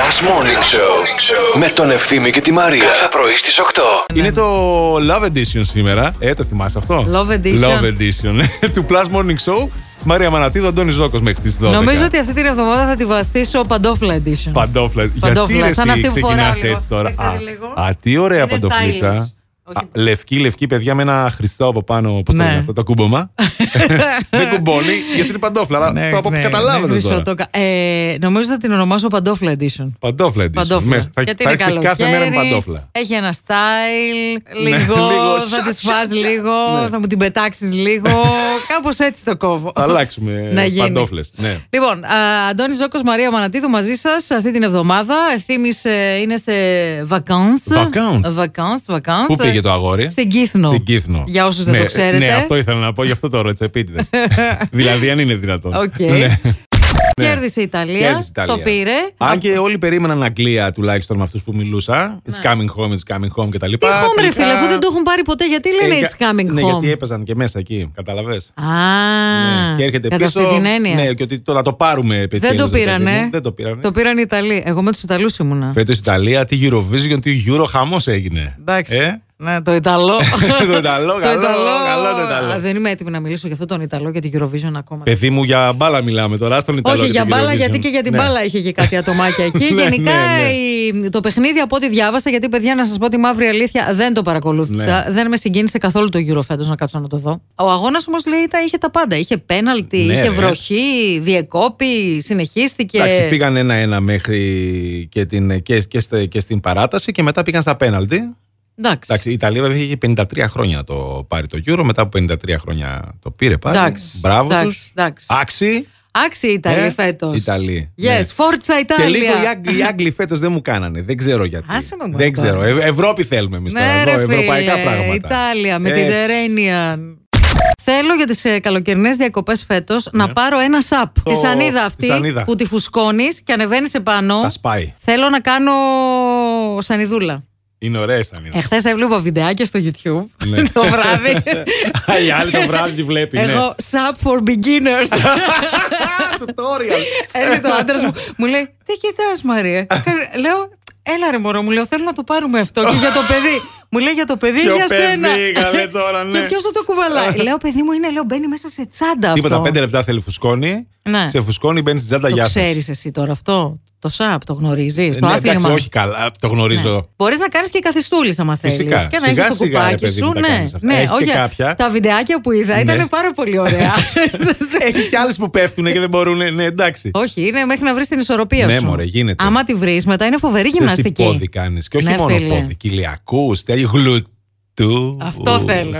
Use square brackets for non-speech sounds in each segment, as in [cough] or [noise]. Last Morning Show με τον Ευθύμη και τη Μαρία. Κάθε πρωί στις 8. Ναι, Είναι το Love Edition σήμερα. Ε, το θυμάσαι αυτό. Love Edition. Love Edition. [laughs] του Plus Morning Show. Μαρία Μανατίδου, Αντώνη Ζώκος μέχρι τις 12. Νομίζω ότι αυτή την εβδομάδα θα τη βαστήσω παντόφλα edition. Παντόφλα. Παντόφλα, Γιατί σαν ρε, αυτή εσύ που φοράω ξεκινάς λίγο. έτσι τώρα. Κοίταξε λίγο. Α, τι ωραία Είναι παντοφλίτσα. stylish. Όχι- Α, Λευκή, λευκή παιδιά με ένα χρυσό από πάνω. Πώς το Ναι. λένε αυτό, το [laughs] κούμπομα. Δεν κουμπώνει γιατί είναι παντόφλα. Αλλά Ναι, το απο- ναι, ναι, καταλάβατε χρυσό τώρα. το κα- ε, νομίζω θα την ονομάσω παντόφλα edition. Παντόφλα edition. Παντόφλα. Μέσα. Θα, Γιατί θα είναι έρχεται καλοκαίρι, κάθε μέρα με παντόφλα. Ναι, Έχει ένα style, λίγο, [laughs] λίγο θα σα- τη σα- φας σα- λίγο, ναι. θα μου την πετάξεις λίγο. [laughs] Κάπως έτσι το κόβω. Θα αλλάξουμε [laughs] Να γίνει. παντόφλες. Ναι. Λοιπόν, α, Αντώνης Ζώκος, Μαρία Μανατίδου μαζί σας αυτή την εβδομάδα. Ευθύνη είναι σε vacances. Vacances. Vacances, vacances. Πού πήγες το αγόρι. Στην Κύθνο. Στην Κύθνο. Για όσους δεν ναι, το ξέρετε. Ναι, αυτό ήθελα να πω, γι' αυτό το ρώτησα [laughs] επίτηδες. δηλαδή, αν είναι δυνατόν. Οκ. Ναι. Κέρδισε η Ιταλία. Κέρδισε η Ιταλία. Το πήρε. Αν και όλοι περίμεναν Αγγλία τουλάχιστον με αυτούς που μιλούσα. It's coming home, it's coming home κτλ. Τι home, ρε Ναι. φίλε, αφού δεν το έχουν πάρει ποτέ, γιατί λένε It's coming ναι, home. γιατί έπαιζαν και μέσα εκεί, κατάλαβες. Α, Ναι, και έρχεται κατά πίσω. αυτή την έννοια. Ναι, και ότι το να το πάρουμε επιτέλους, δεν το ρε παιδί πήρανε. μου. Δεν το πήρανε. Το πήραν οι Ιταλοί. Εγώ με τους Ιταλούς ήμουνα. Φέτος Ιταλία, τι Eurovision, τι Euro χαμός έγινε. Ε? [laughs] Ναι, το Ιταλό. Το Ιταλό, καλό, καλό το Ιταλό. Ε, Α, Δεν είμαι έτοιμη να μιλήσω για αυτό τον Ιταλό και την Eurovision ακόμα. Παιδί μου, για μπάλα μιλάμε τώρα. Στον Ιταλό Όχι και για την μπάλα, Eurovision. γιατί και για την Ναι. μπάλα είχε και κάτι ατομάκια εκεί. [laughs] Ναι, Γενικά ναι, ναι. η- το παιχνίδι από ό,τι διάβασα, γιατί παιδιά να σας πω τη μαύρη αλήθεια δεν το παρακολούθησα. Ναι. Δεν με συγκίνησε καθόλου το γύρο φέτος να κάτσω να το δω. Ο αγώνας όμως λέει τα είχε τα πάντα. Είχε πέναλτι, Ναι, είχε ρε. βροχή, διεκόπη, συνεχίστηκε. Εντάξει, πήγαν ένα-ένα μέχρι και, την, και, και, στε- και στην παράταση και μετά πήγαν στα πέναλτι. Εντάξει. Εντάξει, η Ιταλία βέβαια είχε 53 χρόνια να το πάρει το Euro, μετά από 53 χρόνια το πήρε πάλι. Εντάξει, Μπράβο τους. εντάξει, εντάξει. Άξι. Άξιοι οι Ιταλοί Ε, φέτος. Ιταλοί, Yes, ναι. Forza Italia. Και λίγο οι Άγγλοι, οι Άγγλοι φέτος δεν μου κάνανε. Δεν ξέρω γιατί. Άσε με, μωρέ, δεν τώρα. ξέρω. Ε, Ευρώπη θέλουμε εμείς Ναι, τώρα. ρε Εδώ, ευρωπαϊκά φίλε, πράγματα. Ιταλία με την Έτσι. Τερένιαν. Θέλω για ε, τι καλοκαιρινές διακοπές φέτος να πάρω ένα σαπ. Τη σανίδα Ναι. τη αυτή σανίδα. που τη φουσκώνεις και ανεβαίνεις επάνω. Τα σπάει. Θέλω να κάνω σανιδούλα. Είναι ωραία η σανίδα. Εχθές έβλεπα βιντεάκια στο YouTube Ναι. το βράδυ. [laughs] Α, Η άλλη το βράδυ τη βλέπει. ναι. Εγώ sap for [laughs] beginners. Α, Tutorial. Έρχεται ο άντρας μου, μου λέει: Τι κοιτάς, Μαρία. Κα- λέω: Έλα ρε μωρό, μου λέω: Θέλω να το πάρουμε αυτό και για το παιδί. Μου λέει για το παιδί, Ποιο για παιδί, σένα. καλέ, τώρα, ναι. Και ποιος θα το κουβαλάει. λέω: Παιδί μου είναι, λέω: Μπαίνει μέσα σε τσάντα αυτό. Τίποτα, πέντε λεπτά θέλει φουσκώνει. Ναι. Σε φουσκώνει, μπαίνει στην τσάντα Το γεια σας. ξέρεις εσύ τώρα αυτό. Το ΣΑΠ, το γνωρίζεις. Ε, το ναι, άθλημα. εντάξει, όχι καλά, το γνωρίζω. Μπορείς να κάνεις και καθιστούλης, άμα θέλεις. Και Φυσικά. να Σιγά, έχεις το σιγά, ρε, κουπάκι παιδί σου. μου, τα Ναι, κάνεις αυτά. ναι, Έχει και όχι. κάποια. Ναι. Τα βιντεάκια που είδα ήταν πάρα πολύ [laughs] ωραία. [laughs] Έχει κι άλλες που πέφτουν και δεν μπορούν. Ναι, εντάξει. Όχι, είναι μέχρι να βρεις την ισορροπία Ναι, σου. μωρέ, γίνεται. Άμα τη βρεις, μετά είναι φοβερή Ξέρεις τι γυμναστική. πόδι κάνεις. Και όχι Ναι, μόνο φίλε. πόδι. Κοιλιακού, τέλει γλουτού. Αυτό θέλω.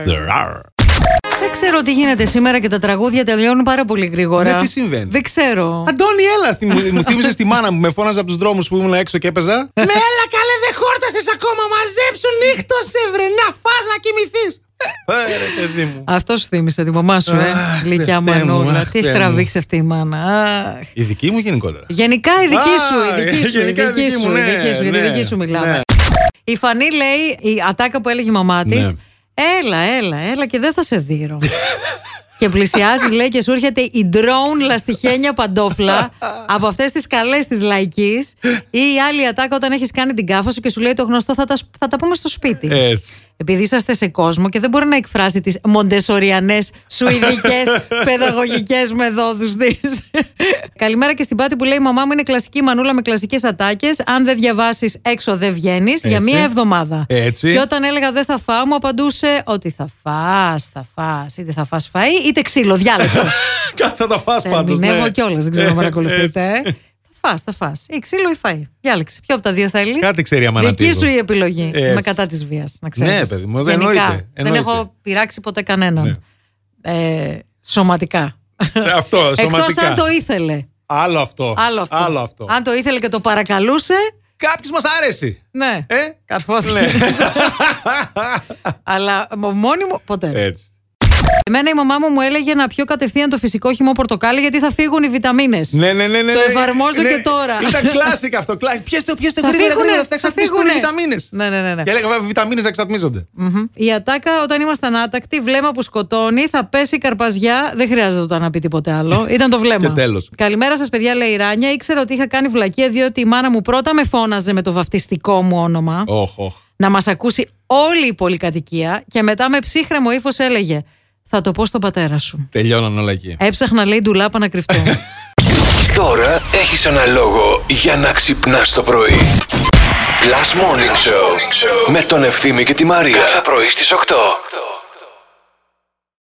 Δεν ξέρω τι γίνεται σήμερα και τα τραγούδια τελειώνουν πάρα πολύ γρήγορα. Ναι, τι συμβαίνει? Δεν ξέρω. Αντώνη, έλα. Θυμ- μου θύμισες τη μάνα μου. Με φώναζε από τους δρόμους που ήμουν έξω και έπαιζα. Με έλα, καλέ, δεν χόρτασες ακόμα. Μαζέψου νύχτο, σε βρε. Να φά να κοιμηθείς. Ωραία, Ε, παιδί μου. Αυτός σου θύμισε τη μαμά σου, ε. Αχ, Γλυκιά Θεέ μου, μανούλα. αχ, Τι έχει Θεέ μου. τραβήξει αυτή η μάνα. Αχ. Η δική μου γενικότερα. Γενικά η δική Α, σου, η δική σου, η γενικά η δική δική σου, μου, η ναι, δική σου, για τη ναι, δική σου μιλάμε. ναι. Η Φανή λέει, η ατάκα που έλεγε η μαμά της. Ναι. Έλα, έλα, έλα και δεν θα σε δείρω. [laughs] και πλησιάζεις, λέει, και σου έρχεται η ντρόουν λαστιχένια παντόφλα από αυτές τις καλές τη λαϊκής. Ή η άλλη ατάκα όταν έχεις κάνει την κάφα σου και σου λέει το γνωστό, θα τα, σ- θα τα πούμε στο σπίτι. Έτσι. Επειδή είσαστε σε κόσμο και δεν μπορεί να εκφράσει τις μοντεσοριανές [laughs] σουηδικές παιδαγωγικές μεθόδους της. Καλημέρα και στην πάτη που λέει: Η μαμά μου είναι κλασική μανούλα με κλασικές ατάκες. Αν δεν διαβάσεις, έξω δεν βγαίνεις για Έτσι. μία εβδομάδα. Έτσι. Και όταν έλεγα δεν θα φάω, μου απαντούσε ότι θα φά, θα φά, είτε θα φά φαΐ είτε ξύλο. Διάλεξε. [laughs] Κάτι θα τα φά πάντως. Ερμηνεύω κιόλα, Ε, δεν ξέρω αν παρακολουθείτε. ε. Θα φά, θα φά. Ή ξύλο ή φαΐ. Διάλεξε. Ποιο από τα δύο θέλει. Κάτι ξέρει η Αμανατίδου. Δική σου η επιλογή. Έτσι. Είμαι κατά της βίας, να ξέρεις. Ναι, παιδί μου, δεν εννοείται, Δεν εννοείται. Ναι. έχω πειράξει ποτέ κανέναν. Ε, σωματικά. Ε, [laughs] Αυτό, Εκτός σωματικά. αν το ήθελε. Άλλο αυτό. Άλλο αυτό. Άλλο αυτό. Αν το ήθελε και το παρακαλούσε. Κάποιος μας άρεσε. [laughs] Ναι. Ε? ναι. [laughs] Καρφώθηκε. Αλλά μο- μόνη μου ποτέ. Έτσι. Εμένα η μαμά μου μου έλεγε να πιω κατευθείαν το φυσικό χυμό πορτοκάλι γιατί θα φύγουν οι βιταμίνες. Ναι, ναι, ναι, ναι. Το ναι. εφαρμόζω και τώρα. Ήταν κλάσικ αυτό. Κλά... Πιέστε, πιέστε, Θα γρήγορα, φύγουνε, γρήγορα, θα θα εξατμιστούν οι φύγουνε. βιταμίνες. Ναι, ναι, ναι, ναι. Και έλεγα, βέβαια, βιταμίνες εξατμίζονται. Μμμ. Η ατάκα όταν ήμασταν άτακτοι, βλέμμα που σκοτώνει, θα πέσει η καρπαζιά. Δεν χρειάζεται το να πει τίποτε [laughs] άλλο. Ήταν το βλέμμα. Και τέλος. Καλημέρα σας, παιδιά, λέει η Ράνια. Ήξερα ότι είχα κάνει βλακεία διότι η μάνα μου πρώτα με φώναζε με το βαφτιστικό μου όνομα. Όχ, όχ. Να μας ακούσει όλη η πολυκατοικία και μετά με ψύχρεμο ύφος έλεγε Θα το πω στον πατέρα σου. Τελειώναν όλα εκεί. Έψαχνα, λέει, ντουλάπα να κρυφτώ. [laughs] Τώρα έχεις ένα λόγο για να ξυπνάς το πρωί. Last Morning Show με τον Ευθύμη και τη Μαρία. Κάθε πρωί στις 8.